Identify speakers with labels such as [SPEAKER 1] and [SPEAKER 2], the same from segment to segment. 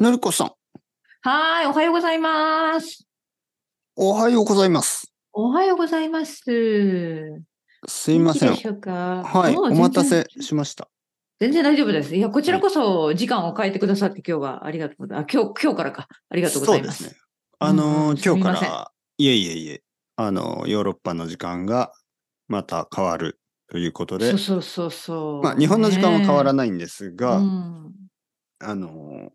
[SPEAKER 1] のりこさん、
[SPEAKER 2] はーい、おはようございます。
[SPEAKER 1] おはようございます。
[SPEAKER 2] おはようございます。す
[SPEAKER 1] すいません
[SPEAKER 2] で。しょうか。
[SPEAKER 1] はい、
[SPEAKER 2] もう
[SPEAKER 1] お
[SPEAKER 2] 全然
[SPEAKER 1] 待たせしました。
[SPEAKER 2] 全然大丈夫です。いや、こちらこそ時間を変えてくださって今日はありがとうございます。あ今日、今日からか。ありがとうございま。
[SPEAKER 1] そうですね。あのー
[SPEAKER 2] うん
[SPEAKER 1] 今日か
[SPEAKER 2] すみ
[SPEAKER 1] ら、いえいえいえ、あのーヨーロッパの時間がまた変わるということで
[SPEAKER 2] そう、そうそうそう。
[SPEAKER 1] まあ、日本の時間は変わら
[SPEAKER 2] な
[SPEAKER 1] ないんです
[SPEAKER 2] い
[SPEAKER 1] が、
[SPEAKER 2] うん、
[SPEAKER 1] あのー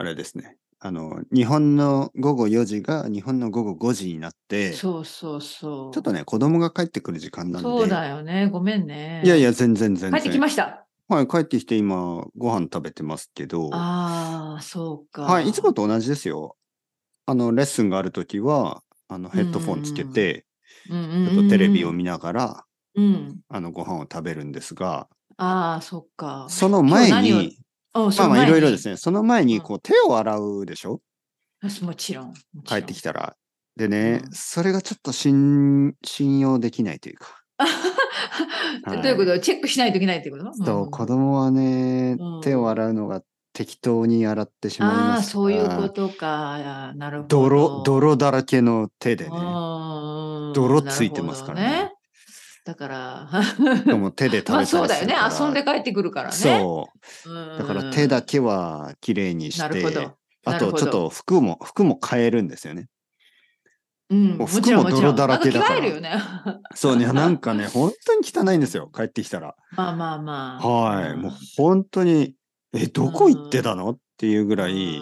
[SPEAKER 1] あれですね。あのー日本の午後4時が日本の午後5時になって、ちょ
[SPEAKER 2] そうそうそう。
[SPEAKER 1] っとね、子供が帰ってくる時間なんで、
[SPEAKER 2] そうだよね。ごめんね。
[SPEAKER 1] いやいや、全然全然。
[SPEAKER 2] 帰ってきました。
[SPEAKER 1] はい、帰ってきて今、ご飯食べてますけど、
[SPEAKER 2] ああ、そうか。
[SPEAKER 1] はい、いつもと同じですよ。あの、レッスンがあるときは、あの、ヘッドフォンつけて、
[SPEAKER 2] うんうん
[SPEAKER 1] ち
[SPEAKER 2] うん
[SPEAKER 1] ょ
[SPEAKER 2] うん、
[SPEAKER 1] っとテレビを見ながら、
[SPEAKER 2] うん。
[SPEAKER 1] あの、ご飯を食べるんですが、
[SPEAKER 2] ああ、そうか。
[SPEAKER 1] その前
[SPEAKER 2] 今日何を
[SPEAKER 1] に、
[SPEAKER 2] あ
[SPEAKER 1] まあまあ、いろいろです
[SPEAKER 2] ね。
[SPEAKER 1] ね。その前に、
[SPEAKER 2] うん
[SPEAKER 1] こう、手を洗うでしょ
[SPEAKER 2] あもちろん。もち
[SPEAKER 1] 帰
[SPEAKER 2] ろん
[SPEAKER 1] ってきたら。でね、
[SPEAKER 2] うん
[SPEAKER 1] それがちょっと信、信用できないというか。はい
[SPEAKER 2] どういうことチェックしないといけないってこと
[SPEAKER 1] そ
[SPEAKER 2] ん
[SPEAKER 1] う、子供はね、
[SPEAKER 2] うん
[SPEAKER 1] 手を洗うのが適当に洗ってしまいます
[SPEAKER 2] あ
[SPEAKER 1] か
[SPEAKER 2] あ、
[SPEAKER 1] ら。
[SPEAKER 2] そういうことか。なるほど。
[SPEAKER 1] 泥、泥だらけの手でね。
[SPEAKER 2] うん
[SPEAKER 1] 泥ついてますからね
[SPEAKER 2] なるほどだから、
[SPEAKER 1] でも手で食べた
[SPEAKER 2] まあ
[SPEAKER 1] りする
[SPEAKER 2] そう
[SPEAKER 1] から
[SPEAKER 2] だよね。遊んで帰ってくるからね。
[SPEAKER 1] そうう。
[SPEAKER 2] ん。
[SPEAKER 1] だから手だけは綺麗にして、
[SPEAKER 2] なるほど。
[SPEAKER 1] あとちょっと服も、服も変えるんですよね。
[SPEAKER 2] うん、
[SPEAKER 1] もう
[SPEAKER 2] ちろん
[SPEAKER 1] 服も
[SPEAKER 2] ちろん
[SPEAKER 1] 泥だらけだから
[SPEAKER 2] なん着替えるよね。
[SPEAKER 1] そうね、なんかね、本当に汚いんですよ、帰ってきたら。
[SPEAKER 2] まあまあまあ。
[SPEAKER 1] はい。
[SPEAKER 2] ん
[SPEAKER 1] もう本当に、え、どこ行ってたのっていうぐらい、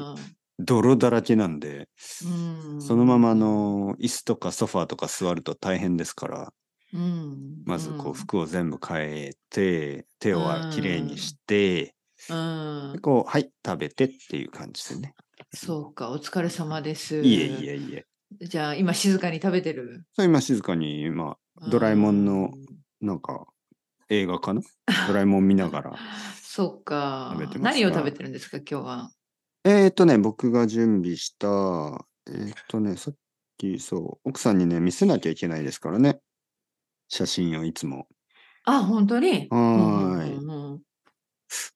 [SPEAKER 1] 泥だらけなんで、
[SPEAKER 2] うん
[SPEAKER 1] そのままあ、の、椅子とかソファーとか座ると大変ですから、
[SPEAKER 2] うん
[SPEAKER 1] まずこう、
[SPEAKER 2] ん
[SPEAKER 1] 服を全部変えて、手を
[SPEAKER 2] うん
[SPEAKER 1] きれいにして、
[SPEAKER 2] うん
[SPEAKER 1] で、こう、はい、食べてっていう感じでね。
[SPEAKER 2] そうか、お疲れ様です。
[SPEAKER 1] いえいえいえ。
[SPEAKER 2] じゃあ、今静かに食べてる。
[SPEAKER 1] そう今静かに、今ドラえもんのなんか映画か なドラえもん見なが
[SPEAKER 2] うん。
[SPEAKER 1] ら。
[SPEAKER 2] そうか
[SPEAKER 1] 食べて。ます
[SPEAKER 2] 何を
[SPEAKER 1] が
[SPEAKER 2] 食べてるんですか、今日は。
[SPEAKER 1] えーっとね、僕が準備した、えーっとね、さっきそう、奥さんにね、見せなきゃいけないですからね。写真をいつも。
[SPEAKER 2] あ、本当に
[SPEAKER 1] はーい
[SPEAKER 2] うんうんうん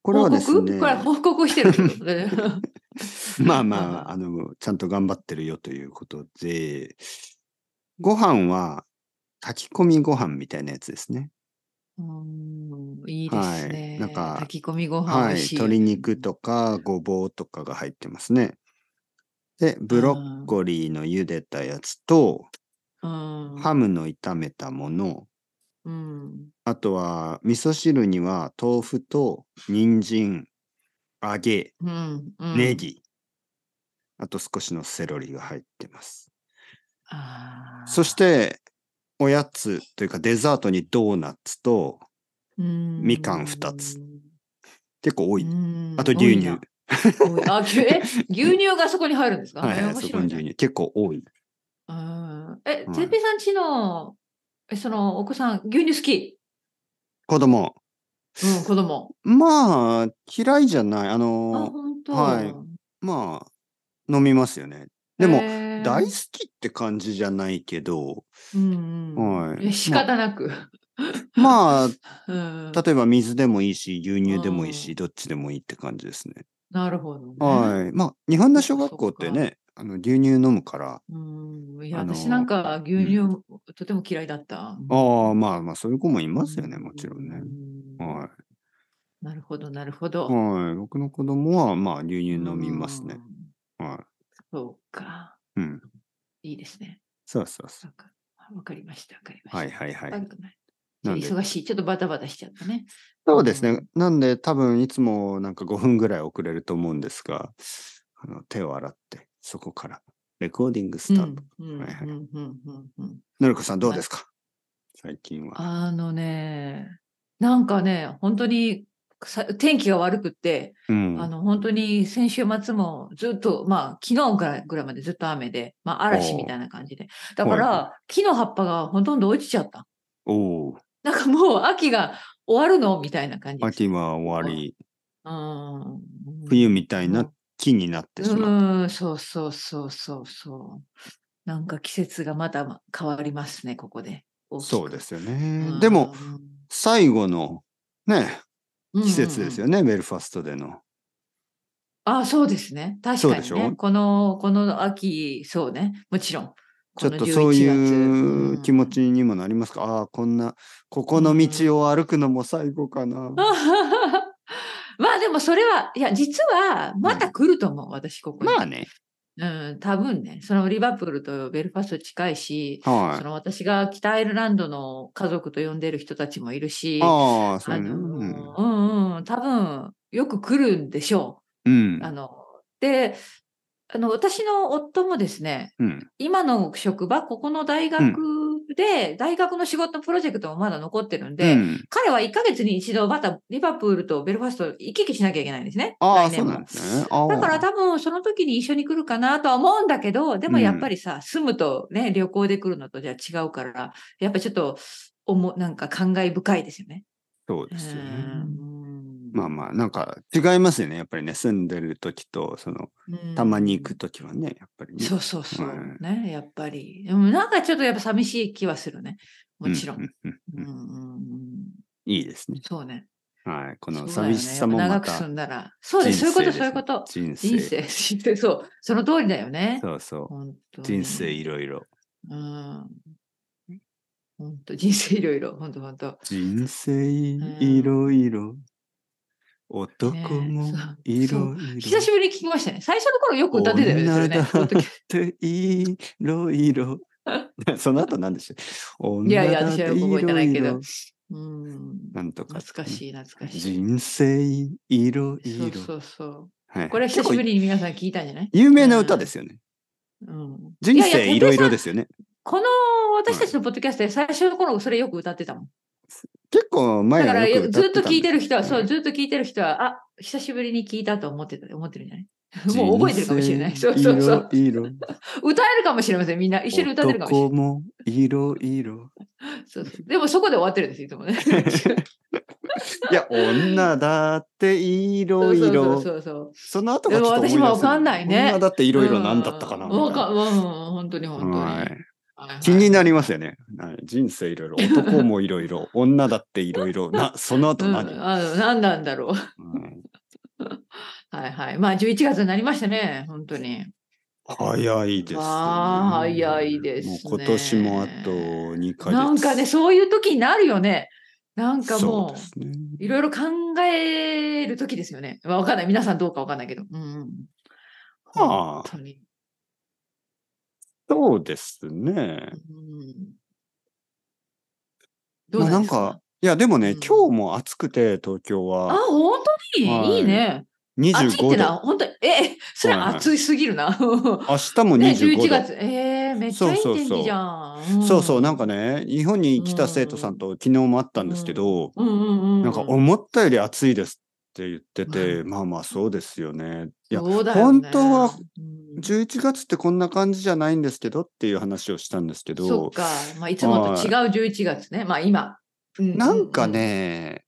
[SPEAKER 1] これはです
[SPEAKER 2] 報告
[SPEAKER 1] ね
[SPEAKER 2] こ、れは報告してるってことで
[SPEAKER 1] まあまあ、あの、ちゃんと頑張ってるよということで、ご飯は炊き込みご飯みたいなやつですね。
[SPEAKER 2] うんいいですね。
[SPEAKER 1] はいなんか
[SPEAKER 2] 炊き込みご飯
[SPEAKER 1] はい。
[SPEAKER 2] 美味しいよね
[SPEAKER 1] 鶏肉とかごぼうとかが入ってますね。で、ブロッコリーの茹でたやつと、
[SPEAKER 2] うん
[SPEAKER 1] ハムの炒めたもの、
[SPEAKER 2] うん
[SPEAKER 1] あとは味噌汁には豆腐と人参、揚げ、
[SPEAKER 2] うんうん
[SPEAKER 1] ネギ、あと少しのセロリが入ってます。
[SPEAKER 2] あー
[SPEAKER 1] そして、おやつというかデザートにドーナツと
[SPEAKER 2] うん
[SPEAKER 1] みかん二つ結構多い。
[SPEAKER 2] うん
[SPEAKER 1] あと牛乳。
[SPEAKER 2] 多いな多いあ牛 え牛乳がそこに入るんですか
[SPEAKER 1] はい
[SPEAKER 2] え
[SPEAKER 1] はい、
[SPEAKER 2] 面
[SPEAKER 1] そ
[SPEAKER 2] 白
[SPEAKER 1] こ
[SPEAKER 2] い
[SPEAKER 1] に
[SPEAKER 2] ね
[SPEAKER 1] 牛乳。結構多い。
[SPEAKER 2] うんえ
[SPEAKER 1] は、い
[SPEAKER 2] てっぺいさんちの、えその、お子さん、牛乳好き。
[SPEAKER 1] 子供。
[SPEAKER 2] うん、子供。
[SPEAKER 1] まあ、嫌いじゃない。あ
[SPEAKER 2] あ、
[SPEAKER 1] の、
[SPEAKER 2] 本当。
[SPEAKER 1] はいまあ、飲みますよね。でも、
[SPEAKER 2] へー
[SPEAKER 1] 大好きって感じじゃないけど、
[SPEAKER 2] うんうん。
[SPEAKER 1] はい
[SPEAKER 2] え仕方なく。
[SPEAKER 1] まあ、
[SPEAKER 2] うん。
[SPEAKER 1] 例えば水でもいいし、牛乳でもいいうし、どっちでもいいって感じですね。
[SPEAKER 2] なるほどね。
[SPEAKER 1] はい。まあ、日本の小学校
[SPEAKER 2] そ
[SPEAKER 1] っ
[SPEAKER 2] っか
[SPEAKER 1] てね、あの牛乳飲むから、
[SPEAKER 2] うん。いや、
[SPEAKER 1] あの
[SPEAKER 2] 私なんか牛乳、とても嫌いだった。
[SPEAKER 1] ああ、
[SPEAKER 2] い
[SPEAKER 1] まあまあ、そういう子もいますよね、もちろんね。は
[SPEAKER 2] なるほど、なるほど。
[SPEAKER 1] い。はい。僕の子供は、まあ、牛乳飲みます
[SPEAKER 2] う
[SPEAKER 1] ね
[SPEAKER 2] ん。。
[SPEAKER 1] は
[SPEAKER 2] そうか。
[SPEAKER 1] い。うん。
[SPEAKER 2] いいですね。
[SPEAKER 1] そうそうそ
[SPEAKER 2] なんかわかりました、わかりま
[SPEAKER 1] う。は
[SPEAKER 2] し
[SPEAKER 1] い
[SPEAKER 2] た。
[SPEAKER 1] はいはい
[SPEAKER 2] 悪。くない。
[SPEAKER 1] なんで、
[SPEAKER 2] 忙しい。ちょっとバタバタしちゃったね。
[SPEAKER 1] そうですね
[SPEAKER 2] う。
[SPEAKER 1] なんで、多分、いつもなんか5分ぐらい遅れると思うんですが、あの手を洗って、そこから、レコーディングスタート。
[SPEAKER 2] うんうん
[SPEAKER 1] はいはい
[SPEAKER 2] うんうんうんうん
[SPEAKER 1] のりこさん、どうですか最近は。
[SPEAKER 2] あのね、なんかね、本当にさ天気が悪くって、
[SPEAKER 1] うん。
[SPEAKER 2] あの本当に先週末もずっと、まあ昨日ぐらいぐらいまでずっと雨で、まあ嵐みたいな感じで。だから、
[SPEAKER 1] はい
[SPEAKER 2] 木の葉っぱがほとんど落ちちゃった。
[SPEAKER 1] おお。
[SPEAKER 2] なんかもう秋が終わるのみたいな感じです。
[SPEAKER 1] 秋は終わり、
[SPEAKER 2] うん。
[SPEAKER 1] 冬みたいな木になってしまう。
[SPEAKER 2] うん、そうそうそうそうそう。なんか季節がまた変わりますね、ここで。大きく
[SPEAKER 1] そうで。すよね。でも、最後のね、
[SPEAKER 2] うん、
[SPEAKER 1] 季節です
[SPEAKER 2] よ。
[SPEAKER 1] よね、ベルファストでの。
[SPEAKER 2] あ、そうですね。確
[SPEAKER 1] そう
[SPEAKER 2] か
[SPEAKER 1] でし
[SPEAKER 2] に
[SPEAKER 1] ょ
[SPEAKER 2] ね。この、この秋、そうね。もちろん。
[SPEAKER 1] ちょっと
[SPEAKER 2] この
[SPEAKER 1] そう
[SPEAKER 2] 11
[SPEAKER 1] い
[SPEAKER 2] 月
[SPEAKER 1] う気持。ちにもなりますか、ああ、こんな、ここの道を歩くのも最後かな。
[SPEAKER 2] うん まあでもそれは、いや、実はまた来ると思う、私、ここに。
[SPEAKER 1] まあね。
[SPEAKER 2] うん、多分ね、そのリバプールとベルファスト近いし、そ
[SPEAKER 1] は
[SPEAKER 2] の私が北アイルランドの家族と呼んでる人たちもいるし、
[SPEAKER 1] い。ああ、そ
[SPEAKER 2] あ
[SPEAKER 1] うね。
[SPEAKER 2] の
[SPEAKER 1] うん
[SPEAKER 2] うんうん、多分よく来るんでしょ
[SPEAKER 1] うん
[SPEAKER 2] う。あ。のであの、私の夫もですね、
[SPEAKER 1] うん。
[SPEAKER 2] 今の職場、ここの大学で、大学の仕事のプロジェクトもまだ残ってるんで、
[SPEAKER 1] うん
[SPEAKER 2] 彼は1ヶ月に一度またリバプールとベルファスト行き来しなきゃいけないんですね。
[SPEAKER 1] ああ、
[SPEAKER 2] 来
[SPEAKER 1] そう
[SPEAKER 2] 年も
[SPEAKER 1] なんですね。ああ
[SPEAKER 2] だから多分その時に一緒に来るかなとは思うんだけど、でもやっぱりさ、住むとね、旅行で来るのとじゃあ違うから、やっぱちょっと、おもなんか感慨深いですよね。
[SPEAKER 1] そうですよね。
[SPEAKER 2] うん
[SPEAKER 1] まあまあ、なんか違いますよね。やっぱりね、住んでる時と、その、たまに行く時はね、やっぱりね。
[SPEAKER 2] そうそうそう。
[SPEAKER 1] うん
[SPEAKER 2] ね、やっぱり。でもなんかちょっとやっぱ寂しい気はするね。もちろん。
[SPEAKER 1] ううう
[SPEAKER 2] うんん
[SPEAKER 1] うん
[SPEAKER 2] うんうん
[SPEAKER 1] いいですね。
[SPEAKER 2] そうね。
[SPEAKER 1] はい。こ
[SPEAKER 2] そう
[SPEAKER 1] の
[SPEAKER 2] だよね
[SPEAKER 1] 寂しさも
[SPEAKER 2] やっぱ
[SPEAKER 1] ま
[SPEAKER 2] 長く住
[SPEAKER 1] た
[SPEAKER 2] んだら。そうです、そういうこと、
[SPEAKER 1] 人生です人
[SPEAKER 2] そういうこと。
[SPEAKER 1] 生。
[SPEAKER 2] 人生、人生、そう。その通りだよね。
[SPEAKER 1] そうそ
[SPEAKER 2] 本
[SPEAKER 1] う。
[SPEAKER 2] 当に
[SPEAKER 1] 人生いろいろ。
[SPEAKER 2] うん。本当人生いろいろ、本当本当。
[SPEAKER 1] 人生いろいろ。男もいろいろ
[SPEAKER 2] 久。しぶりに聞きましたね。最初の頃よく歌ってたよね。それね
[SPEAKER 1] 女だ
[SPEAKER 2] ポッドキャス
[SPEAKER 1] っていろいろ。 その後何でしょう
[SPEAKER 2] トいやいや、私はよく覚えてないけ。
[SPEAKER 1] 女だ
[SPEAKER 2] ど
[SPEAKER 1] って。
[SPEAKER 2] うん。
[SPEAKER 1] なんとか。
[SPEAKER 2] 懐かしい、懐かしい。
[SPEAKER 1] 人生いろい
[SPEAKER 2] そう
[SPEAKER 1] ろ。
[SPEAKER 2] そうそう。
[SPEAKER 1] はい
[SPEAKER 2] これは久しぶ
[SPEAKER 1] 結
[SPEAKER 2] りに皆さん聞いたんじゃない
[SPEAKER 1] 構有名な歌ですよね。
[SPEAKER 2] うん。。
[SPEAKER 1] 人生いろいろですすよね。
[SPEAKER 2] この私たちのポッドキャストで最初の頃それよく歌ってたもん。
[SPEAKER 1] 結構前
[SPEAKER 2] だか
[SPEAKER 1] は
[SPEAKER 2] ら
[SPEAKER 1] よく歌
[SPEAKER 2] ずっと
[SPEAKER 1] たん
[SPEAKER 2] 聞いてる人は、
[SPEAKER 1] うん
[SPEAKER 2] そう、ずっと聞いてる人は、あ、久しぶりに聞いたと思ってた、思ってるんじゃ ないもう覚えてるかもしれない。 そうそうそう。
[SPEAKER 1] 人生いろいろ
[SPEAKER 2] 歌えるかもしれません。みんな一緒に歌ってるかもしれ
[SPEAKER 1] 男もいろいろ。
[SPEAKER 2] ない。そうそうでもそこで終わってるんですよ、い つもね。
[SPEAKER 1] いや、女だっていろいろ。
[SPEAKER 2] そうそうそう
[SPEAKER 1] その後がちょっと思い出せ
[SPEAKER 2] でも私もわかんないね
[SPEAKER 1] 女だって
[SPEAKER 2] い
[SPEAKER 1] いろいろ何だったかなみたいな
[SPEAKER 2] わかうん、本当に本当に。
[SPEAKER 1] は
[SPEAKER 2] は
[SPEAKER 1] い
[SPEAKER 2] いはい
[SPEAKER 1] 気になりますよね。はい人生いろいろ、男もいろい ろ、女だっていろいろ、な、その後
[SPEAKER 2] うん、
[SPEAKER 1] 何、
[SPEAKER 2] あの何なんだろう。
[SPEAKER 1] うん
[SPEAKER 2] はいはい。まあ11月になりましたね、本当に。
[SPEAKER 1] 早いですね。
[SPEAKER 2] わあ早いですね
[SPEAKER 1] もう今年もあと2ヶ月。
[SPEAKER 2] なんかね、そういう時になるよね。なんか
[SPEAKER 1] そう
[SPEAKER 2] も
[SPEAKER 1] ですね。
[SPEAKER 2] う、いろいろ考える時ですよね。まあわかんない。皆さんどうかわかんないけど。うんうん。
[SPEAKER 1] まあ
[SPEAKER 2] 本当に。
[SPEAKER 1] そうですね。
[SPEAKER 2] うん、ど
[SPEAKER 1] まあな
[SPEAKER 2] うなん
[SPEAKER 1] ん
[SPEAKER 2] ですか
[SPEAKER 1] か、いやでもね、
[SPEAKER 2] うん
[SPEAKER 1] 今日も暑くて、東京
[SPEAKER 2] あ、
[SPEAKER 1] は
[SPEAKER 2] 本当に、
[SPEAKER 1] はい
[SPEAKER 2] い、いね。暑いっ
[SPEAKER 1] 25
[SPEAKER 2] てな、
[SPEAKER 1] 度。
[SPEAKER 2] 本当に、え、それ
[SPEAKER 1] はい
[SPEAKER 2] 暑いすぎるな。
[SPEAKER 1] 明日も
[SPEAKER 2] ね、
[SPEAKER 1] 25
[SPEAKER 2] 11
[SPEAKER 1] 度。
[SPEAKER 2] 月、えー、めっちゃいい
[SPEAKER 1] そうそう
[SPEAKER 2] 天
[SPEAKER 1] そう
[SPEAKER 2] 気じゃん。
[SPEAKER 1] そうそう、なんか
[SPEAKER 2] ね、
[SPEAKER 1] ね、日本に来た生徒さんと昨日もあったんですけど、
[SPEAKER 2] うんうんうん、
[SPEAKER 1] なんか思ったより暑いですって言ってて、まあまあそうですよね。いや、
[SPEAKER 2] そうだよ
[SPEAKER 1] 本
[SPEAKER 2] ね
[SPEAKER 1] 当は
[SPEAKER 2] うん
[SPEAKER 1] 11月ってこんな感じじゃないんですけどっていう話をしたんですけ
[SPEAKER 2] そっ
[SPEAKER 1] ど、
[SPEAKER 2] か、まあ、いつもと違う11月ね、まあ今。うう
[SPEAKER 1] なんか、ね、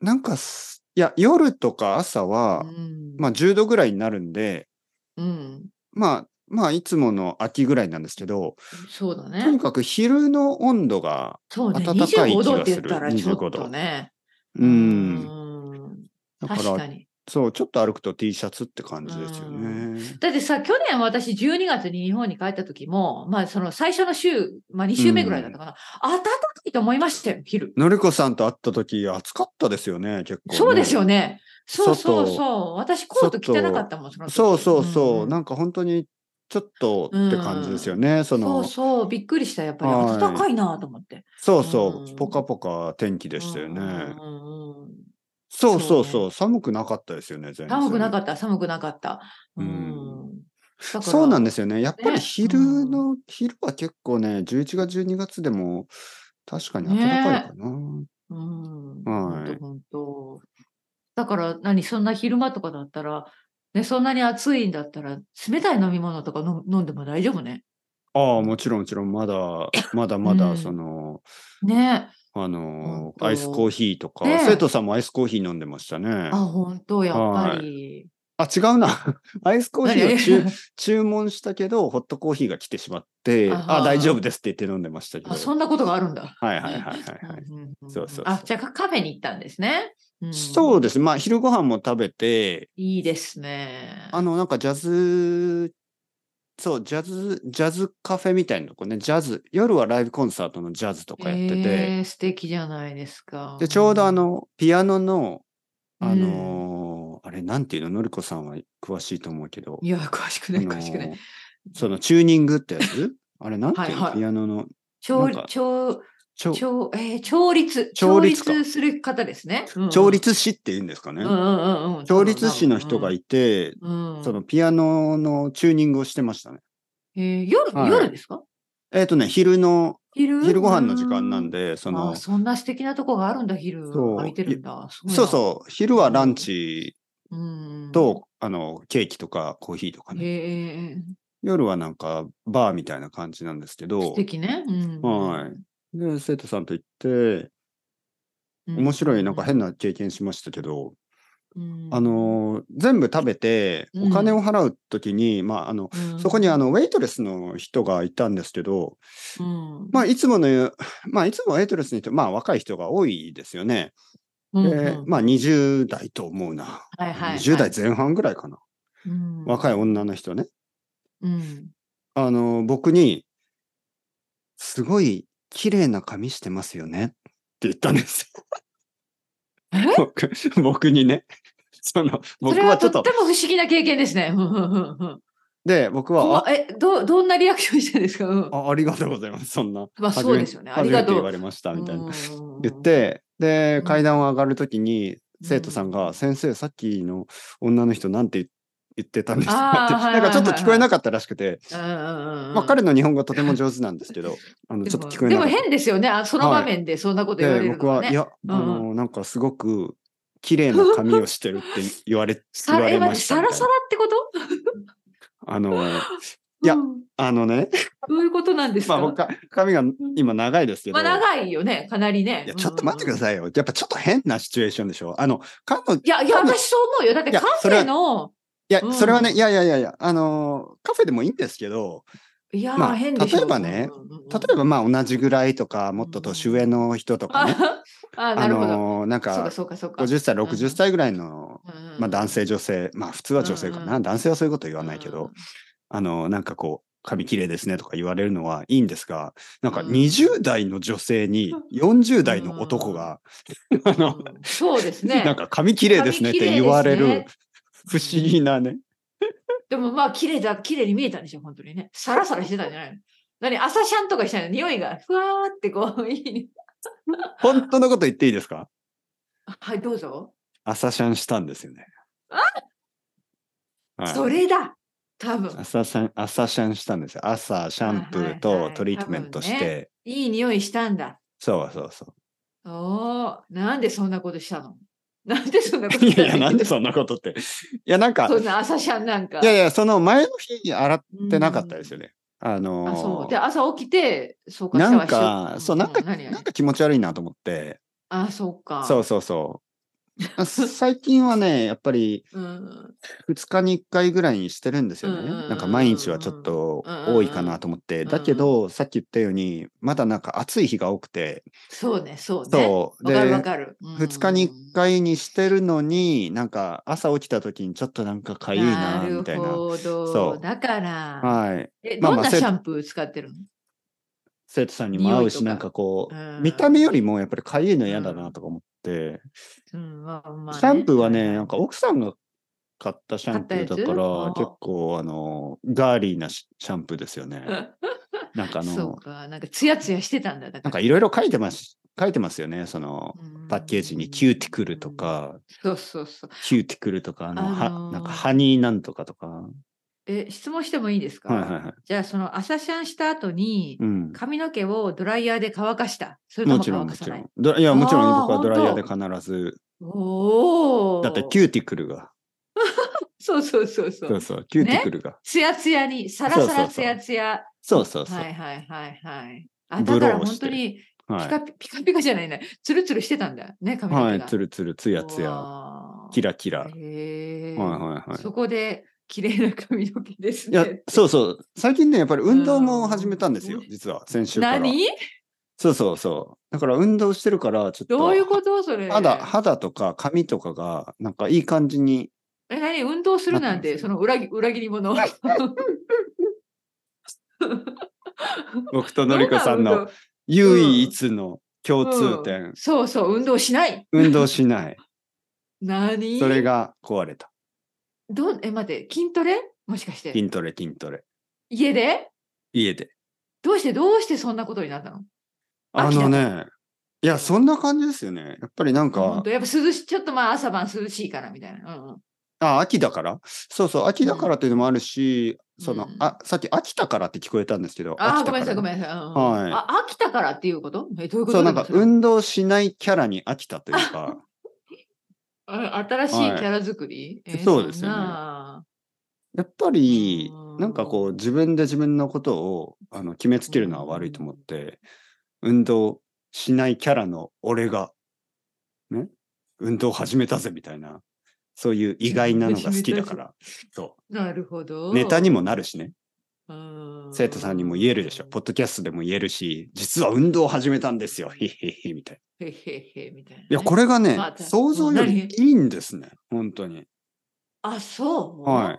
[SPEAKER 1] なんかす、いや、夜とか朝は
[SPEAKER 2] う、ん、
[SPEAKER 1] まあ10度ぐらいになるんで、
[SPEAKER 2] うん、
[SPEAKER 1] まあ、まあいつもの秋ぐらいなんですけど、
[SPEAKER 2] そうだ
[SPEAKER 1] とに
[SPEAKER 2] ね。
[SPEAKER 1] かく昼の温度が、
[SPEAKER 2] そうね、
[SPEAKER 1] 暖かい
[SPEAKER 2] 25度っ
[SPEAKER 1] 気がす
[SPEAKER 2] て
[SPEAKER 1] る
[SPEAKER 2] 言ったらちょっとね。
[SPEAKER 1] うん、
[SPEAKER 2] うん
[SPEAKER 1] だか
[SPEAKER 2] 確
[SPEAKER 1] ら
[SPEAKER 2] かに。
[SPEAKER 1] そう、ちょっと歩くと T シャツって感じですよね。
[SPEAKER 2] だってさ、去年私12月に日本に帰った時も、まあその最初の週、まあ2週目ぐらいだったかな、暖かいと思いましたよ、昼。
[SPEAKER 1] のりこさんと会った時暑かったですよね、結構ね、
[SPEAKER 2] そうですよね。そうそう
[SPEAKER 1] 外
[SPEAKER 2] そう。私コート着てなかったもん、その時
[SPEAKER 1] そうそうそう、
[SPEAKER 2] ん
[SPEAKER 1] なんか本当にちょっとって感じですよね。そ
[SPEAKER 2] そ
[SPEAKER 1] の
[SPEAKER 2] うそう、びっくりした、やっぱり。
[SPEAKER 1] はい
[SPEAKER 2] 暖かいなと思って。
[SPEAKER 1] そうそう、
[SPEAKER 2] うん
[SPEAKER 1] ポカポカ天気で
[SPEAKER 2] で
[SPEAKER 1] したよね。
[SPEAKER 2] うんうん
[SPEAKER 1] そうそう
[SPEAKER 2] そ
[SPEAKER 1] そうう、寒くなかったですよね、全然。
[SPEAKER 2] 寒くなかった、寒くなかった。う
[SPEAKER 1] うん
[SPEAKER 2] ん。だから
[SPEAKER 1] そうなんですよね。やっぱり
[SPEAKER 2] ね
[SPEAKER 1] 昼の、昼は結構ね、11月、12月でも確かに暖かいかな。
[SPEAKER 2] うん
[SPEAKER 1] はい
[SPEAKER 2] 本当本当。だから何そんな昼間とかだったら、ね、そんなに暑いんだったら冷たい飲み物とか飲飲んでも大丈夫ね。
[SPEAKER 1] ああ、もちろんもちろん、まだ、まだま
[SPEAKER 2] うん
[SPEAKER 1] だ、その、
[SPEAKER 2] ね。
[SPEAKER 1] あの
[SPEAKER 2] 本、当
[SPEAKER 1] アイスコーヒーとか、
[SPEAKER 2] ねえ
[SPEAKER 1] 生徒さんもアイスコーヒー飲んでましたね
[SPEAKER 2] あ。本当やっぱり。
[SPEAKER 1] あ、違うな。 アイスコーヒーを注
[SPEAKER 2] 何
[SPEAKER 1] 注文したけど、ホットコーヒーが来てしまって、
[SPEAKER 2] あは
[SPEAKER 1] あ、大丈夫ですって言って飲んでましたけど。
[SPEAKER 2] あ
[SPEAKER 1] は
[SPEAKER 2] そんなことがあるんだ。
[SPEAKER 1] いはいはいはいはい。
[SPEAKER 2] うんうんうん
[SPEAKER 1] そうそうそう
[SPEAKER 2] あじゃあカカフェに行ったんですね。ん
[SPEAKER 1] そうです。まあ、昼ご飯も食べて、
[SPEAKER 2] いいですね。
[SPEAKER 1] あの、なんかジャズ、そう、ジャズ、ジャズカフェみたいなとこね、ジャズ、夜はライブコンサートのジャズとかやってて、
[SPEAKER 2] えー素敵じゃないですか。
[SPEAKER 1] で、ちょうどあの、ピアノの、あのーあれ、なんていうの、のりこさんは詳しいと思うけど
[SPEAKER 2] うん、いや、詳しく
[SPEAKER 1] あ
[SPEAKER 2] ない、
[SPEAKER 1] のー
[SPEAKER 2] 詳しくない。
[SPEAKER 1] そのチューニングってやつあれ、なんていうの、
[SPEAKER 2] はいはい
[SPEAKER 1] ピアノの、
[SPEAKER 2] 調
[SPEAKER 1] なんか
[SPEAKER 2] 理、調、
[SPEAKER 1] ちょ
[SPEAKER 2] 調、えー調律、
[SPEAKER 1] 調
[SPEAKER 2] 調
[SPEAKER 1] 律
[SPEAKER 2] 律
[SPEAKER 1] か
[SPEAKER 2] する方ですね。うんうん
[SPEAKER 1] 調、律師って言うんですかね。
[SPEAKER 2] うんうんうんうん。
[SPEAKER 1] 調律師の人がいて、
[SPEAKER 2] うん、
[SPEAKER 1] そのピアノのチューニングをしてましたね。
[SPEAKER 2] えー夜、
[SPEAKER 1] はい
[SPEAKER 2] 夜ですか
[SPEAKER 1] えっ、とね、昼の、
[SPEAKER 2] 昼
[SPEAKER 1] 昼ご飯の時間なん。で、そ
[SPEAKER 2] そ
[SPEAKER 1] の、
[SPEAKER 2] そんな素敵なとこがあるんだ、昼。
[SPEAKER 1] そう
[SPEAKER 2] 空いてるんだ。すごいな
[SPEAKER 1] そうそう、昼はランチ
[SPEAKER 2] うん。
[SPEAKER 1] と、あの、ケーキとかコーヒーとか
[SPEAKER 2] え
[SPEAKER 1] ね。
[SPEAKER 2] ー、
[SPEAKER 1] 夜はなんか、バーみたいな感じなんですけど
[SPEAKER 2] 素、敵ね。うん、
[SPEAKER 1] はいで、生徒さんと行って、
[SPEAKER 2] うん。
[SPEAKER 1] 面白い、なんか変な経験しましたけど、
[SPEAKER 2] うん、
[SPEAKER 1] あのー、全部食べて、
[SPEAKER 2] う
[SPEAKER 1] お
[SPEAKER 2] ん
[SPEAKER 1] 金を払うときに、まあ、あの、
[SPEAKER 2] うん、
[SPEAKER 1] そこにあの、ウェイトレスの人がいたんですけど、
[SPEAKER 2] うん、
[SPEAKER 1] まあ、いつもの、まあ、いつもウェイトレスに人、まあ、若い人が多いですよね。
[SPEAKER 2] うんうん
[SPEAKER 1] で、まあ、20代と思うな。
[SPEAKER 2] はいはいはい
[SPEAKER 1] 20代前半ぐらいかな。
[SPEAKER 2] うん
[SPEAKER 1] 若い女の人ね。
[SPEAKER 2] うん
[SPEAKER 1] あの、僕に、すごい綺麗な髪してますよねって言ったんですよ。
[SPEAKER 2] え
[SPEAKER 1] 僕僕にね。その、
[SPEAKER 2] そ
[SPEAKER 1] 僕
[SPEAKER 2] れ
[SPEAKER 1] は
[SPEAKER 2] は
[SPEAKER 1] ちょ
[SPEAKER 2] と
[SPEAKER 1] っ
[SPEAKER 2] っ
[SPEAKER 1] と
[SPEAKER 2] て、も不思議な経験ですね。うんうんうんうん
[SPEAKER 1] で、僕は、
[SPEAKER 2] こ
[SPEAKER 1] あ
[SPEAKER 2] うえどうどんなリアクションしてるんですか、うん
[SPEAKER 1] あありがとうございます。そんな。
[SPEAKER 2] まあ
[SPEAKER 1] 初め
[SPEAKER 2] そうですよねありがと
[SPEAKER 1] 初めて
[SPEAKER 2] う
[SPEAKER 1] 言われました、みたいな。
[SPEAKER 2] うん
[SPEAKER 1] 言って、で
[SPEAKER 2] う、ん
[SPEAKER 1] 階段を上がるときに、
[SPEAKER 2] うん
[SPEAKER 1] 生徒さんが、先生、さっきの女の人なんて言言ってたんですか
[SPEAKER 2] あー
[SPEAKER 1] って、
[SPEAKER 2] は
[SPEAKER 1] な
[SPEAKER 2] い
[SPEAKER 1] んかちょっと
[SPEAKER 2] はいはい
[SPEAKER 1] 聞こえなかったらしくて、
[SPEAKER 2] うんうんうん
[SPEAKER 1] まあ彼の日本語とても上手なんですけど、あの、
[SPEAKER 2] で
[SPEAKER 1] ちょ
[SPEAKER 2] も
[SPEAKER 1] っと聞こえなかっ
[SPEAKER 2] で
[SPEAKER 1] た
[SPEAKER 2] も。変ですよねあその場面でそんなこと言われ
[SPEAKER 1] で、
[SPEAKER 2] る
[SPEAKER 1] 僕
[SPEAKER 2] のは
[SPEAKER 1] は、
[SPEAKER 2] ね、
[SPEAKER 1] いや、
[SPEAKER 2] うん
[SPEAKER 1] あの、なんかすごく、綺麗な髪をしてるって言われ、言
[SPEAKER 2] さ
[SPEAKER 1] わ
[SPEAKER 2] え
[SPEAKER 1] れ
[SPEAKER 2] 待っ
[SPEAKER 1] ま
[SPEAKER 2] て
[SPEAKER 1] した
[SPEAKER 2] サ
[SPEAKER 1] み
[SPEAKER 2] ラ
[SPEAKER 1] たいな
[SPEAKER 2] サラ。ってこと
[SPEAKER 1] あの、いや
[SPEAKER 2] うん
[SPEAKER 1] あの ね、
[SPEAKER 2] どういうことなんです
[SPEAKER 1] ま
[SPEAKER 2] か、
[SPEAKER 1] あ僕は、髪が今長いですけ
[SPEAKER 2] ま
[SPEAKER 1] ど、
[SPEAKER 2] あ長いよねかなりね
[SPEAKER 1] いや、ちょっと待ってくだ
[SPEAKER 2] い、
[SPEAKER 1] さいよ。やっぱちょっと変なシチュエーションでしょ。あの、彼女、い
[SPEAKER 2] うんうんいやいや
[SPEAKER 1] 多分
[SPEAKER 2] 私そう思うよだって
[SPEAKER 1] いや
[SPEAKER 2] カ
[SPEAKER 1] そ
[SPEAKER 2] フ
[SPEAKER 1] れは
[SPEAKER 2] ェの
[SPEAKER 1] や、
[SPEAKER 2] うん
[SPEAKER 1] それはね、いやいやいやいや、あのー、カフェでもいいんですけど、
[SPEAKER 2] いやー、
[SPEAKER 1] まあ
[SPEAKER 2] 変でしょ
[SPEAKER 1] 例えばね
[SPEAKER 2] うんうんうん
[SPEAKER 1] 例えばまあ同じぐらいとか、もっと年上の人とかね、
[SPEAKER 2] ああな
[SPEAKER 1] あ
[SPEAKER 2] るほど、
[SPEAKER 1] のー、なん
[SPEAKER 2] そうか
[SPEAKER 1] か、
[SPEAKER 2] そうかそうか
[SPEAKER 1] 50歳、60歳ぐらいの、
[SPEAKER 2] うんうん
[SPEAKER 1] まあ男性、女性、まあ普通は女性か
[SPEAKER 2] うん
[SPEAKER 1] な。
[SPEAKER 2] うん
[SPEAKER 1] 男性はそういうこと言わないけ
[SPEAKER 2] う
[SPEAKER 1] ど
[SPEAKER 2] ん、
[SPEAKER 1] あのー、なんかこう、髪綺麗ですねとか言われるのはいいんですが、なんか
[SPEAKER 2] うん
[SPEAKER 1] 20代の女性に40代の男が、 あの、
[SPEAKER 2] うんそうですね。
[SPEAKER 1] なんか髪綺麗ですねって言われる、不思議なね。
[SPEAKER 2] でもまあ、綺麗だ、綺麗に見えたんでしょ、本当にね。サラサラしてたんじゃないの何朝シャンとかしたの匂いが、ふわーってこう、いい。
[SPEAKER 1] 本当のこと言っていいですか
[SPEAKER 2] はい、どうぞ。
[SPEAKER 1] 朝シャンしたんですよね。はい
[SPEAKER 2] それだ多分、
[SPEAKER 1] 朝シャン、朝シャンしたんですよ。朝、シャンプー
[SPEAKER 2] はいはい
[SPEAKER 1] と
[SPEAKER 2] はい
[SPEAKER 1] トリートメントして。
[SPEAKER 2] 多分いい匂いしたんだ。
[SPEAKER 1] そうそうそ
[SPEAKER 2] おー、なんでそんなことしたの なんでそんなこと
[SPEAKER 1] う。
[SPEAKER 2] し
[SPEAKER 1] い
[SPEAKER 2] た
[SPEAKER 1] や
[SPEAKER 2] の
[SPEAKER 1] い や、なんでそんなことって。いや、なんか、
[SPEAKER 2] そんな朝シャンなんか。
[SPEAKER 1] いやいや、その前の日に洗っ
[SPEAKER 2] や
[SPEAKER 1] てなかったですよね。あのー
[SPEAKER 2] あ、そう。で、朝起きて、そうか、
[SPEAKER 1] なん
[SPEAKER 2] シャワーしよ
[SPEAKER 1] か、そう、なんか、
[SPEAKER 2] ん何々
[SPEAKER 1] なんか気持ち悪いなと思って。
[SPEAKER 2] あ、そうか。
[SPEAKER 1] そうそうそう。あ最近はね、やっぱり
[SPEAKER 2] うん。
[SPEAKER 1] 2日に1回ぐらいにしてるんですよ
[SPEAKER 2] うん
[SPEAKER 1] ね。
[SPEAKER 2] うんうんうん
[SPEAKER 1] なんか毎日はちょっと多いかなと思って。
[SPEAKER 2] んうん
[SPEAKER 1] だけど、さっき言ったように、まだなんか暑い日が多くて、
[SPEAKER 2] そうね、そうね。
[SPEAKER 1] そう。
[SPEAKER 2] わかるわ
[SPEAKER 1] で、
[SPEAKER 2] かる。うん
[SPEAKER 1] 2日に1回にしてるのに、なんか朝起きた時にちょっとなんかかゆいな、みたい
[SPEAKER 2] なる
[SPEAKER 1] な。
[SPEAKER 2] ほ
[SPEAKER 1] そ
[SPEAKER 2] ど。
[SPEAKER 1] う
[SPEAKER 2] だから、
[SPEAKER 1] はい。
[SPEAKER 2] え、
[SPEAKER 1] まあま
[SPEAKER 2] どん
[SPEAKER 1] あ
[SPEAKER 2] な
[SPEAKER 1] せ
[SPEAKER 2] シャンプー使ってるの
[SPEAKER 1] 生徒さんにも合うし、
[SPEAKER 2] 匂
[SPEAKER 1] ないん
[SPEAKER 2] とか
[SPEAKER 1] かこう、
[SPEAKER 2] うん
[SPEAKER 1] 見た目よりもやっぱりかゆいの嫌だなとか思って、
[SPEAKER 2] うんまあまあね
[SPEAKER 1] シャンプーは
[SPEAKER 2] う
[SPEAKER 1] ね、なんか奥さんが買ったシャンプーだか
[SPEAKER 2] 買ったや
[SPEAKER 1] ら、
[SPEAKER 2] つ
[SPEAKER 1] 結構あの、ガーリーなシシャンプーですよ ね。なんかあ
[SPEAKER 2] そう
[SPEAKER 1] の、
[SPEAKER 2] か、なんかツヤツヤしてたんだ。だ
[SPEAKER 1] な
[SPEAKER 2] ら
[SPEAKER 1] んかいろいろ書いてます、書いてますよね。その、パッケージにキューティクルと。か、
[SPEAKER 2] うんそうそうそう。
[SPEAKER 1] キューティクルとか、あの、
[SPEAKER 2] あの
[SPEAKER 1] は
[SPEAKER 2] ー
[SPEAKER 1] なんかハニーなんとかとか。は
[SPEAKER 2] え、質問してもいいですか
[SPEAKER 1] いはいはい。
[SPEAKER 2] じゃあ、その朝シャンした後に、
[SPEAKER 1] うん。
[SPEAKER 2] 髪の毛をドライヤーで乾かした。それと
[SPEAKER 1] も
[SPEAKER 2] も
[SPEAKER 1] ちろん
[SPEAKER 2] 乾
[SPEAKER 1] も
[SPEAKER 2] か
[SPEAKER 1] ち
[SPEAKER 2] さ
[SPEAKER 1] ろ
[SPEAKER 2] ない
[SPEAKER 1] ん。。ドラいや、もちろん
[SPEAKER 2] あー
[SPEAKER 1] 僕はドライヤ
[SPEAKER 2] ほん
[SPEAKER 1] ーで必ず、
[SPEAKER 2] おお。
[SPEAKER 1] だってキューティクルが、
[SPEAKER 2] そうそうそうそ
[SPEAKER 1] そう
[SPEAKER 2] う。
[SPEAKER 1] そう、キューティクルが。
[SPEAKER 2] ツヤツヤに、サラ
[SPEAKER 1] そうそ
[SPEAKER 2] サ
[SPEAKER 1] う
[SPEAKER 2] ラ
[SPEAKER 1] そう
[SPEAKER 2] ツヤツヤ。
[SPEAKER 1] そうそうそう。は
[SPEAKER 2] はい
[SPEAKER 1] い。
[SPEAKER 2] はいはいはい。あ、
[SPEAKER 1] ブ
[SPEAKER 2] だ
[SPEAKER 1] ロー
[SPEAKER 2] から
[SPEAKER 1] をし
[SPEAKER 2] 本
[SPEAKER 1] て
[SPEAKER 2] 当にピカピピカピカじゃないね。ツルツルしてたんだね、髪の毛
[SPEAKER 1] は
[SPEAKER 2] が。
[SPEAKER 1] い、つるつる、つやつや、キ
[SPEAKER 2] ラ
[SPEAKER 1] ラキラ。はい
[SPEAKER 2] へえ、
[SPEAKER 1] はいはい。
[SPEAKER 2] そこで綺麗な髪の毛です
[SPEAKER 1] いや
[SPEAKER 2] ね。、
[SPEAKER 1] そうそう。最近ね、やっぱり運動も始めたんですよ
[SPEAKER 2] う、ん
[SPEAKER 1] 実は、先週から。
[SPEAKER 2] 何
[SPEAKER 1] そうそうそう。だから運動してるから、ちょっと。
[SPEAKER 2] どういうことそれ。
[SPEAKER 1] 肌、肌とか髪とかが、なんかいい感じに、
[SPEAKER 2] え、何運動するなん
[SPEAKER 1] なってま
[SPEAKER 2] て、
[SPEAKER 1] す
[SPEAKER 2] その裏切裏切り者。
[SPEAKER 1] 僕とのりこさん
[SPEAKER 2] どうな
[SPEAKER 1] の唯一の共通点、
[SPEAKER 2] うんそうそう、運動しない。
[SPEAKER 1] 運動しない。
[SPEAKER 2] 何
[SPEAKER 1] それが壊れた。
[SPEAKER 2] どんえ、待って、筋トレもしかして。
[SPEAKER 1] 筋トレ、筋トレ。
[SPEAKER 2] 家で
[SPEAKER 1] 家で。
[SPEAKER 2] どうして、どうしてそんなことになったの
[SPEAKER 1] あ
[SPEAKER 2] 飽きた
[SPEAKER 1] のね、いや、そんな感じですよね。やっぱりなん
[SPEAKER 2] 本
[SPEAKER 1] か
[SPEAKER 2] 当、やっぱ涼しい、ちょっとまあ朝晩涼しいからみたいな。うんうん、
[SPEAKER 1] あ、秋だからそうそう、秋だからっていうのもあるし、その
[SPEAKER 2] うん、
[SPEAKER 1] あ、さっき秋田からって聞こえたんですけど、
[SPEAKER 2] あ
[SPEAKER 1] 秋田
[SPEAKER 2] ー、ごめん
[SPEAKER 1] か
[SPEAKER 2] なさい、
[SPEAKER 1] ら
[SPEAKER 2] ご
[SPEAKER 1] ね
[SPEAKER 2] めんなさい。うんうん
[SPEAKER 1] はい
[SPEAKER 2] あ飽きたからっていうことえ、どういうこと
[SPEAKER 1] そう、なんか
[SPEAKER 2] れ
[SPEAKER 1] 運動しないキャラに飽きたというか、
[SPEAKER 2] あ新しいキャラ作り、
[SPEAKER 1] はい
[SPEAKER 2] えー
[SPEAKER 1] そうですよね
[SPEAKER 2] んな
[SPEAKER 1] やっぱり
[SPEAKER 2] うん、
[SPEAKER 1] なんかこう、自分で自分のことをあの決めつけるのは悪いと思って、運動しないキャラの俺が、ね、運動始めたぜみたいな、そういう意外なのが好きだから、そ
[SPEAKER 2] なるほど。
[SPEAKER 1] う、ネタにもなるしね、
[SPEAKER 2] うん
[SPEAKER 1] 生徒さんにも言えるでしょ、ポッドキャストでも言えるし、実は運動を始めたんですよ、 へへへ、みたいな。
[SPEAKER 2] へへへみたいなね、
[SPEAKER 1] いや、これがね
[SPEAKER 2] ま、た
[SPEAKER 1] 想像よりいいんですね、本当に。
[SPEAKER 2] あ、そう。
[SPEAKER 1] はい。
[SPEAKER 2] うん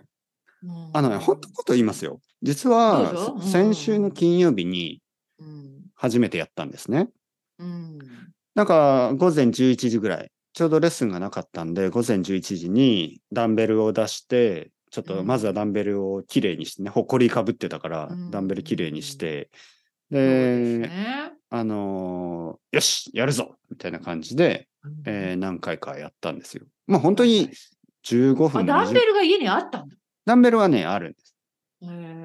[SPEAKER 1] あのね、本当のこと言いますよ。実
[SPEAKER 2] どうぞ
[SPEAKER 1] は、
[SPEAKER 2] うん
[SPEAKER 1] せ先週の金曜日に
[SPEAKER 2] うん。
[SPEAKER 1] 初めてやったんですね。
[SPEAKER 2] うん。
[SPEAKER 1] なんか、午前11時ぐらい、ちょうどレッスンがなかったんで、午前11時にダンベルを出して、ちょっ
[SPEAKER 2] う
[SPEAKER 1] と
[SPEAKER 2] ん
[SPEAKER 1] まずはダンベルをきれいにしてね、ほこりかぶってたから
[SPEAKER 2] う、ん
[SPEAKER 1] ダンベルきれいにして、
[SPEAKER 2] そう
[SPEAKER 1] で、
[SPEAKER 2] ですね
[SPEAKER 1] あのーよし、やるぞみたいな感じで、えー何回かやったんですよ。まあ、本当に15分
[SPEAKER 2] あ、ダンベ
[SPEAKER 1] 20
[SPEAKER 2] ルが家にあったんだ。
[SPEAKER 1] ダンベルはね、あるんです。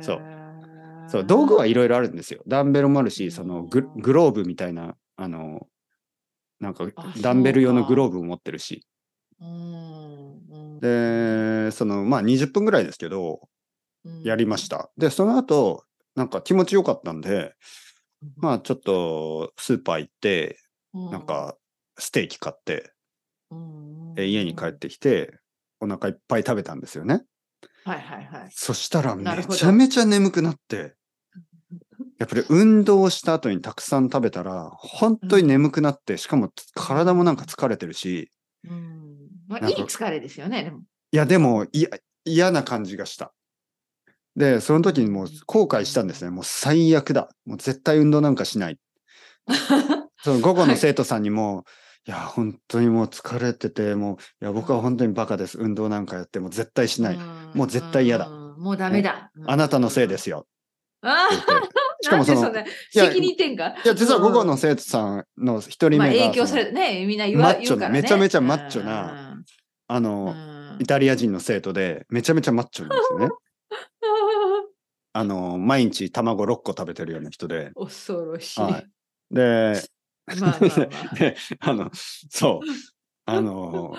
[SPEAKER 1] そう
[SPEAKER 2] う
[SPEAKER 1] そう、道具はい
[SPEAKER 2] い
[SPEAKER 1] ろいろあるんですよ。ダンベルもあるし、そのグ
[SPEAKER 2] うん
[SPEAKER 1] グローブみたいな、あの、なんか
[SPEAKER 2] あ
[SPEAKER 1] ダンベル用の
[SPEAKER 2] そうか
[SPEAKER 1] グローブも持ってるし。
[SPEAKER 2] うん。うん、。
[SPEAKER 1] で、その、まあ20分ぐらいですけど、やりましたた。で、その後、なんか気持ちよかったんで、ま
[SPEAKER 2] あ、
[SPEAKER 1] あちょっとスーパー行って、なんかステーキ買って、
[SPEAKER 2] うん、
[SPEAKER 1] で家に帰ってきて、お腹いっぱい食べたんですよね。
[SPEAKER 2] はいはいはい。
[SPEAKER 1] そしたら
[SPEAKER 2] な
[SPEAKER 1] め
[SPEAKER 2] るほど
[SPEAKER 1] ちゃめちゃ眠くなって、やっぱり運動した後にたくさん食べたら、本当に眠くなって、しかも体もなんか疲れてるし、
[SPEAKER 2] うんま
[SPEAKER 1] な
[SPEAKER 2] あ、
[SPEAKER 1] ん
[SPEAKER 2] い
[SPEAKER 1] か
[SPEAKER 2] い疲れですよね、でも。
[SPEAKER 1] いや、でも、いや、嫌な感じがした。で、その時にもう後悔したんですね。もう最悪だ。もう絶対運動なんかしない。その午後の生徒さんにも、い、や、本当にもう疲れてて、もう、いや、僕は本当にバカです。運動なんかやっても絶対しない。
[SPEAKER 2] ん
[SPEAKER 1] もう絶対嫌だ
[SPEAKER 2] うんもうダメだ。。
[SPEAKER 1] あなたのせいですすよ。
[SPEAKER 2] あ
[SPEAKER 1] って
[SPEAKER 2] ー
[SPEAKER 1] 言ってしかもその
[SPEAKER 2] なんで
[SPEAKER 1] い
[SPEAKER 2] そん
[SPEAKER 1] や
[SPEAKER 2] な責任転嫁
[SPEAKER 1] いや、実は午後の生徒さんの一人目が、
[SPEAKER 2] まあ、影響
[SPEAKER 1] そ
[SPEAKER 2] さ
[SPEAKER 1] の
[SPEAKER 2] れね、みんな言
[SPEAKER 1] マ
[SPEAKER 2] わ
[SPEAKER 1] ッチョな
[SPEAKER 2] 言うからね
[SPEAKER 1] めちゃめちゃマッチョな、あ
[SPEAKER 2] うんう
[SPEAKER 1] の、
[SPEAKER 2] ん
[SPEAKER 1] イタリア人の生徒で、めちゃめちゃマッチョなんですよね。あの、毎日卵6個食べてるような人で。
[SPEAKER 2] 恐ろしい。
[SPEAKER 1] はいで、
[SPEAKER 2] まあまあ
[SPEAKER 1] であの、そう。あの、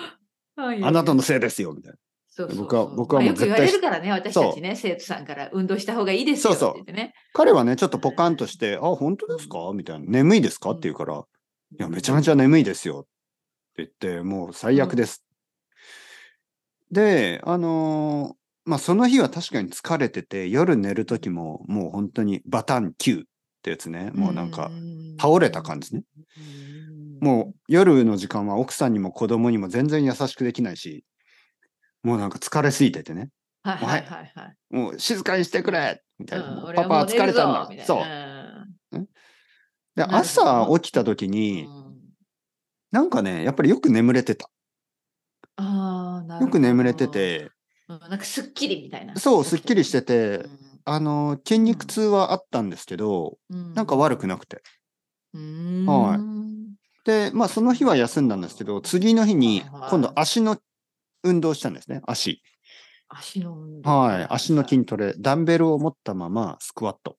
[SPEAKER 2] まあ
[SPEAKER 1] あなたのせいですよ、みたいな。
[SPEAKER 2] そうそうそう
[SPEAKER 1] 僕は僕は
[SPEAKER 2] まあ
[SPEAKER 1] もう
[SPEAKER 2] よく言
[SPEAKER 1] 絶
[SPEAKER 2] わ
[SPEAKER 1] 対
[SPEAKER 2] れ
[SPEAKER 1] し
[SPEAKER 2] るからね、私たちね、生徒さんから運動した方がいいですよって
[SPEAKER 1] そうそう
[SPEAKER 2] 言ってね。
[SPEAKER 1] 彼はね、ちょっとポカンとして、あ、本当ですかみたいな。眠いですかって言うから、いや、めちゃめ
[SPEAKER 2] ち
[SPEAKER 1] ちゃ眠いですよ。って言って、もう最悪です。で、あのーまあ、その日は確かに疲れてて、夜寝る時も、もう本当にバタン Q ってやつね。
[SPEAKER 2] ゃ
[SPEAKER 1] もうなんか、、倒れた感じね。
[SPEAKER 2] うん
[SPEAKER 1] もう夜の時間は奥さんにも子供にも全然優しくできないし、もうなんか疲れすぎててね。
[SPEAKER 2] はいはいはいはい。
[SPEAKER 1] もう静かにしてくれみたいな。
[SPEAKER 2] うん俺
[SPEAKER 1] パ
[SPEAKER 2] は
[SPEAKER 1] パ
[SPEAKER 2] も
[SPEAKER 1] は
[SPEAKER 2] う
[SPEAKER 1] 疲
[SPEAKER 2] 寝
[SPEAKER 1] れ
[SPEAKER 2] るぞ
[SPEAKER 1] たんだ。
[SPEAKER 2] みたいな
[SPEAKER 1] そう。で、
[SPEAKER 2] なるほど
[SPEAKER 1] 朝起きた時
[SPEAKER 2] うん
[SPEAKER 1] に、
[SPEAKER 2] うん
[SPEAKER 1] なんかね、やっぱりよく眠れてた。
[SPEAKER 2] あーな
[SPEAKER 1] よ
[SPEAKER 2] るほど
[SPEAKER 1] く眠れてて、
[SPEAKER 2] うんなんかすっきりみたいな。
[SPEAKER 1] そう、すっきりして
[SPEAKER 2] う
[SPEAKER 1] て、
[SPEAKER 2] ん
[SPEAKER 1] あの、筋肉痛はあったんですけど、なんか悪くなくて。
[SPEAKER 2] うーん
[SPEAKER 1] はいで、まあその日は休んだんですけど、次の日に
[SPEAKER 2] はいはい
[SPEAKER 1] 今度足の運動したんですね、足。
[SPEAKER 2] 足の運動
[SPEAKER 1] はい、足の筋トレ。ダンベルを持ったままスクワット。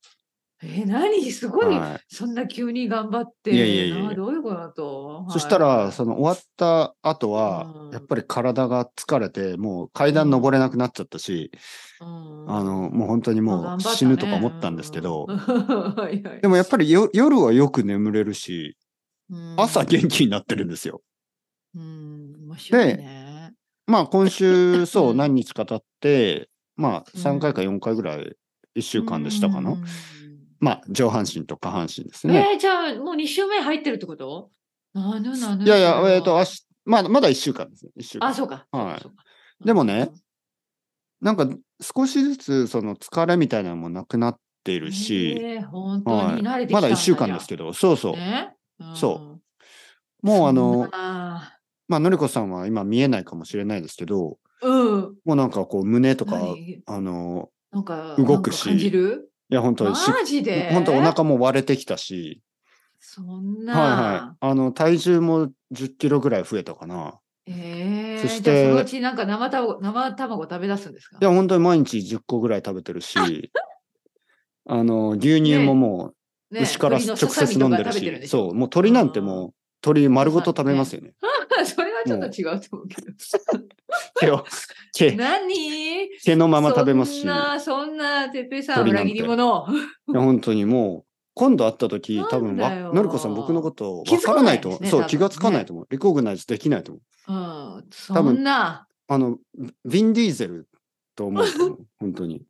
[SPEAKER 2] えー何すごい、
[SPEAKER 1] はい。
[SPEAKER 2] そんな急に頑張って。
[SPEAKER 1] いやいやいやいや
[SPEAKER 2] などういうことだと。
[SPEAKER 1] そした
[SPEAKER 2] は
[SPEAKER 1] ら、
[SPEAKER 2] い
[SPEAKER 1] その終わった後は
[SPEAKER 2] う、ん
[SPEAKER 1] やっぱり体が疲れて、もう階段登れなくなっちゃったし、
[SPEAKER 2] うん
[SPEAKER 1] あの、もう本当に
[SPEAKER 2] ま
[SPEAKER 1] も
[SPEAKER 2] あ
[SPEAKER 1] う
[SPEAKER 2] 頑張たね
[SPEAKER 1] 死ぬとか思ったんですけど
[SPEAKER 2] う、ん はいはい
[SPEAKER 1] でもやっぱりよ夜はよく眠れるし、
[SPEAKER 2] うん
[SPEAKER 1] 朝元気になってるんですよ。
[SPEAKER 2] うん、面白いね。
[SPEAKER 1] まあ今 週、そうう、
[SPEAKER 2] ん
[SPEAKER 1] 何日か経って、まあ
[SPEAKER 2] うん
[SPEAKER 1] 3回か4回ぐらい、1週間でしたかな。
[SPEAKER 2] うん
[SPEAKER 1] まあ、上半身と下半身です
[SPEAKER 2] え
[SPEAKER 1] ね。
[SPEAKER 2] ーじゃあもう2週目入ってるってことなぬなぬ
[SPEAKER 1] いやいや、えっと、明日まあ、まだ1週間ですね。一週間
[SPEAKER 2] あ、そうか。
[SPEAKER 1] はい
[SPEAKER 2] そうか
[SPEAKER 1] でもね、なんか、少しずつ、その疲れみたいなのもなくなっているし、
[SPEAKER 2] えー本当
[SPEAKER 1] は
[SPEAKER 2] に慣れて
[SPEAKER 1] い、ま
[SPEAKER 2] きたんだ
[SPEAKER 1] だ1週間ですけど、そうそう。
[SPEAKER 2] ねん
[SPEAKER 1] そもう、あの、
[SPEAKER 2] あ
[SPEAKER 1] まあ、のりこさんは今見えないかもしれないですけど、
[SPEAKER 2] ーうん。
[SPEAKER 1] もうなんかこう、胸とか、
[SPEAKER 2] 何
[SPEAKER 1] あの、
[SPEAKER 2] なんか、
[SPEAKER 1] 動くし
[SPEAKER 2] なんか感じる
[SPEAKER 1] いや、本当
[SPEAKER 2] マ
[SPEAKER 1] にし、
[SPEAKER 2] ジで
[SPEAKER 1] 本当お腹も割れてきたし、
[SPEAKER 2] そん
[SPEAKER 1] は
[SPEAKER 2] な。
[SPEAKER 1] いはい。あの、体重も10キロぐらい増えたかな。
[SPEAKER 2] ええ
[SPEAKER 1] そして
[SPEAKER 2] じゃあそのうちなんか生卵、生卵食べ出すんですか
[SPEAKER 1] いや、本当に毎日10個ぐらい食べてるし、 あの、牛乳ももう、
[SPEAKER 2] ね
[SPEAKER 1] 牛から
[SPEAKER 2] 鳥
[SPEAKER 1] 直
[SPEAKER 2] の
[SPEAKER 1] 接飲んでる
[SPEAKER 2] ささみとか食べ
[SPEAKER 1] し、
[SPEAKER 2] てでし
[SPEAKER 1] そ
[SPEAKER 2] ょ
[SPEAKER 1] う、もう鳥なんてもう、鳥丸ごと食べますよね。
[SPEAKER 2] それはちょっと違うと思うけ
[SPEAKER 1] 毛 を、
[SPEAKER 2] ど。
[SPEAKER 1] 毛、
[SPEAKER 2] 何
[SPEAKER 1] 毛のまま食べますし、い
[SPEAKER 2] そん
[SPEAKER 1] や
[SPEAKER 2] な、そんな、てっぺいさん、
[SPEAKER 1] 鳥な
[SPEAKER 2] 裏
[SPEAKER 1] んて
[SPEAKER 2] 切り者。
[SPEAKER 1] 本当にもう、今度会った時
[SPEAKER 2] なんだ
[SPEAKER 1] 多分わ、
[SPEAKER 2] よ
[SPEAKER 1] のりこさん僕のこと
[SPEAKER 2] 気
[SPEAKER 1] 分
[SPEAKER 2] づ
[SPEAKER 1] か
[SPEAKER 2] からな
[SPEAKER 1] ない
[SPEAKER 2] い
[SPEAKER 1] と
[SPEAKER 2] で
[SPEAKER 1] 思
[SPEAKER 2] す
[SPEAKER 1] う、
[SPEAKER 2] ね
[SPEAKER 1] そう、
[SPEAKER 2] 多分
[SPEAKER 1] 気がつかないと思う。リコグナイズできないと思う。
[SPEAKER 2] うん、そんな。
[SPEAKER 1] あの、ヴィン・ディーゼルと思うと思う。本当に。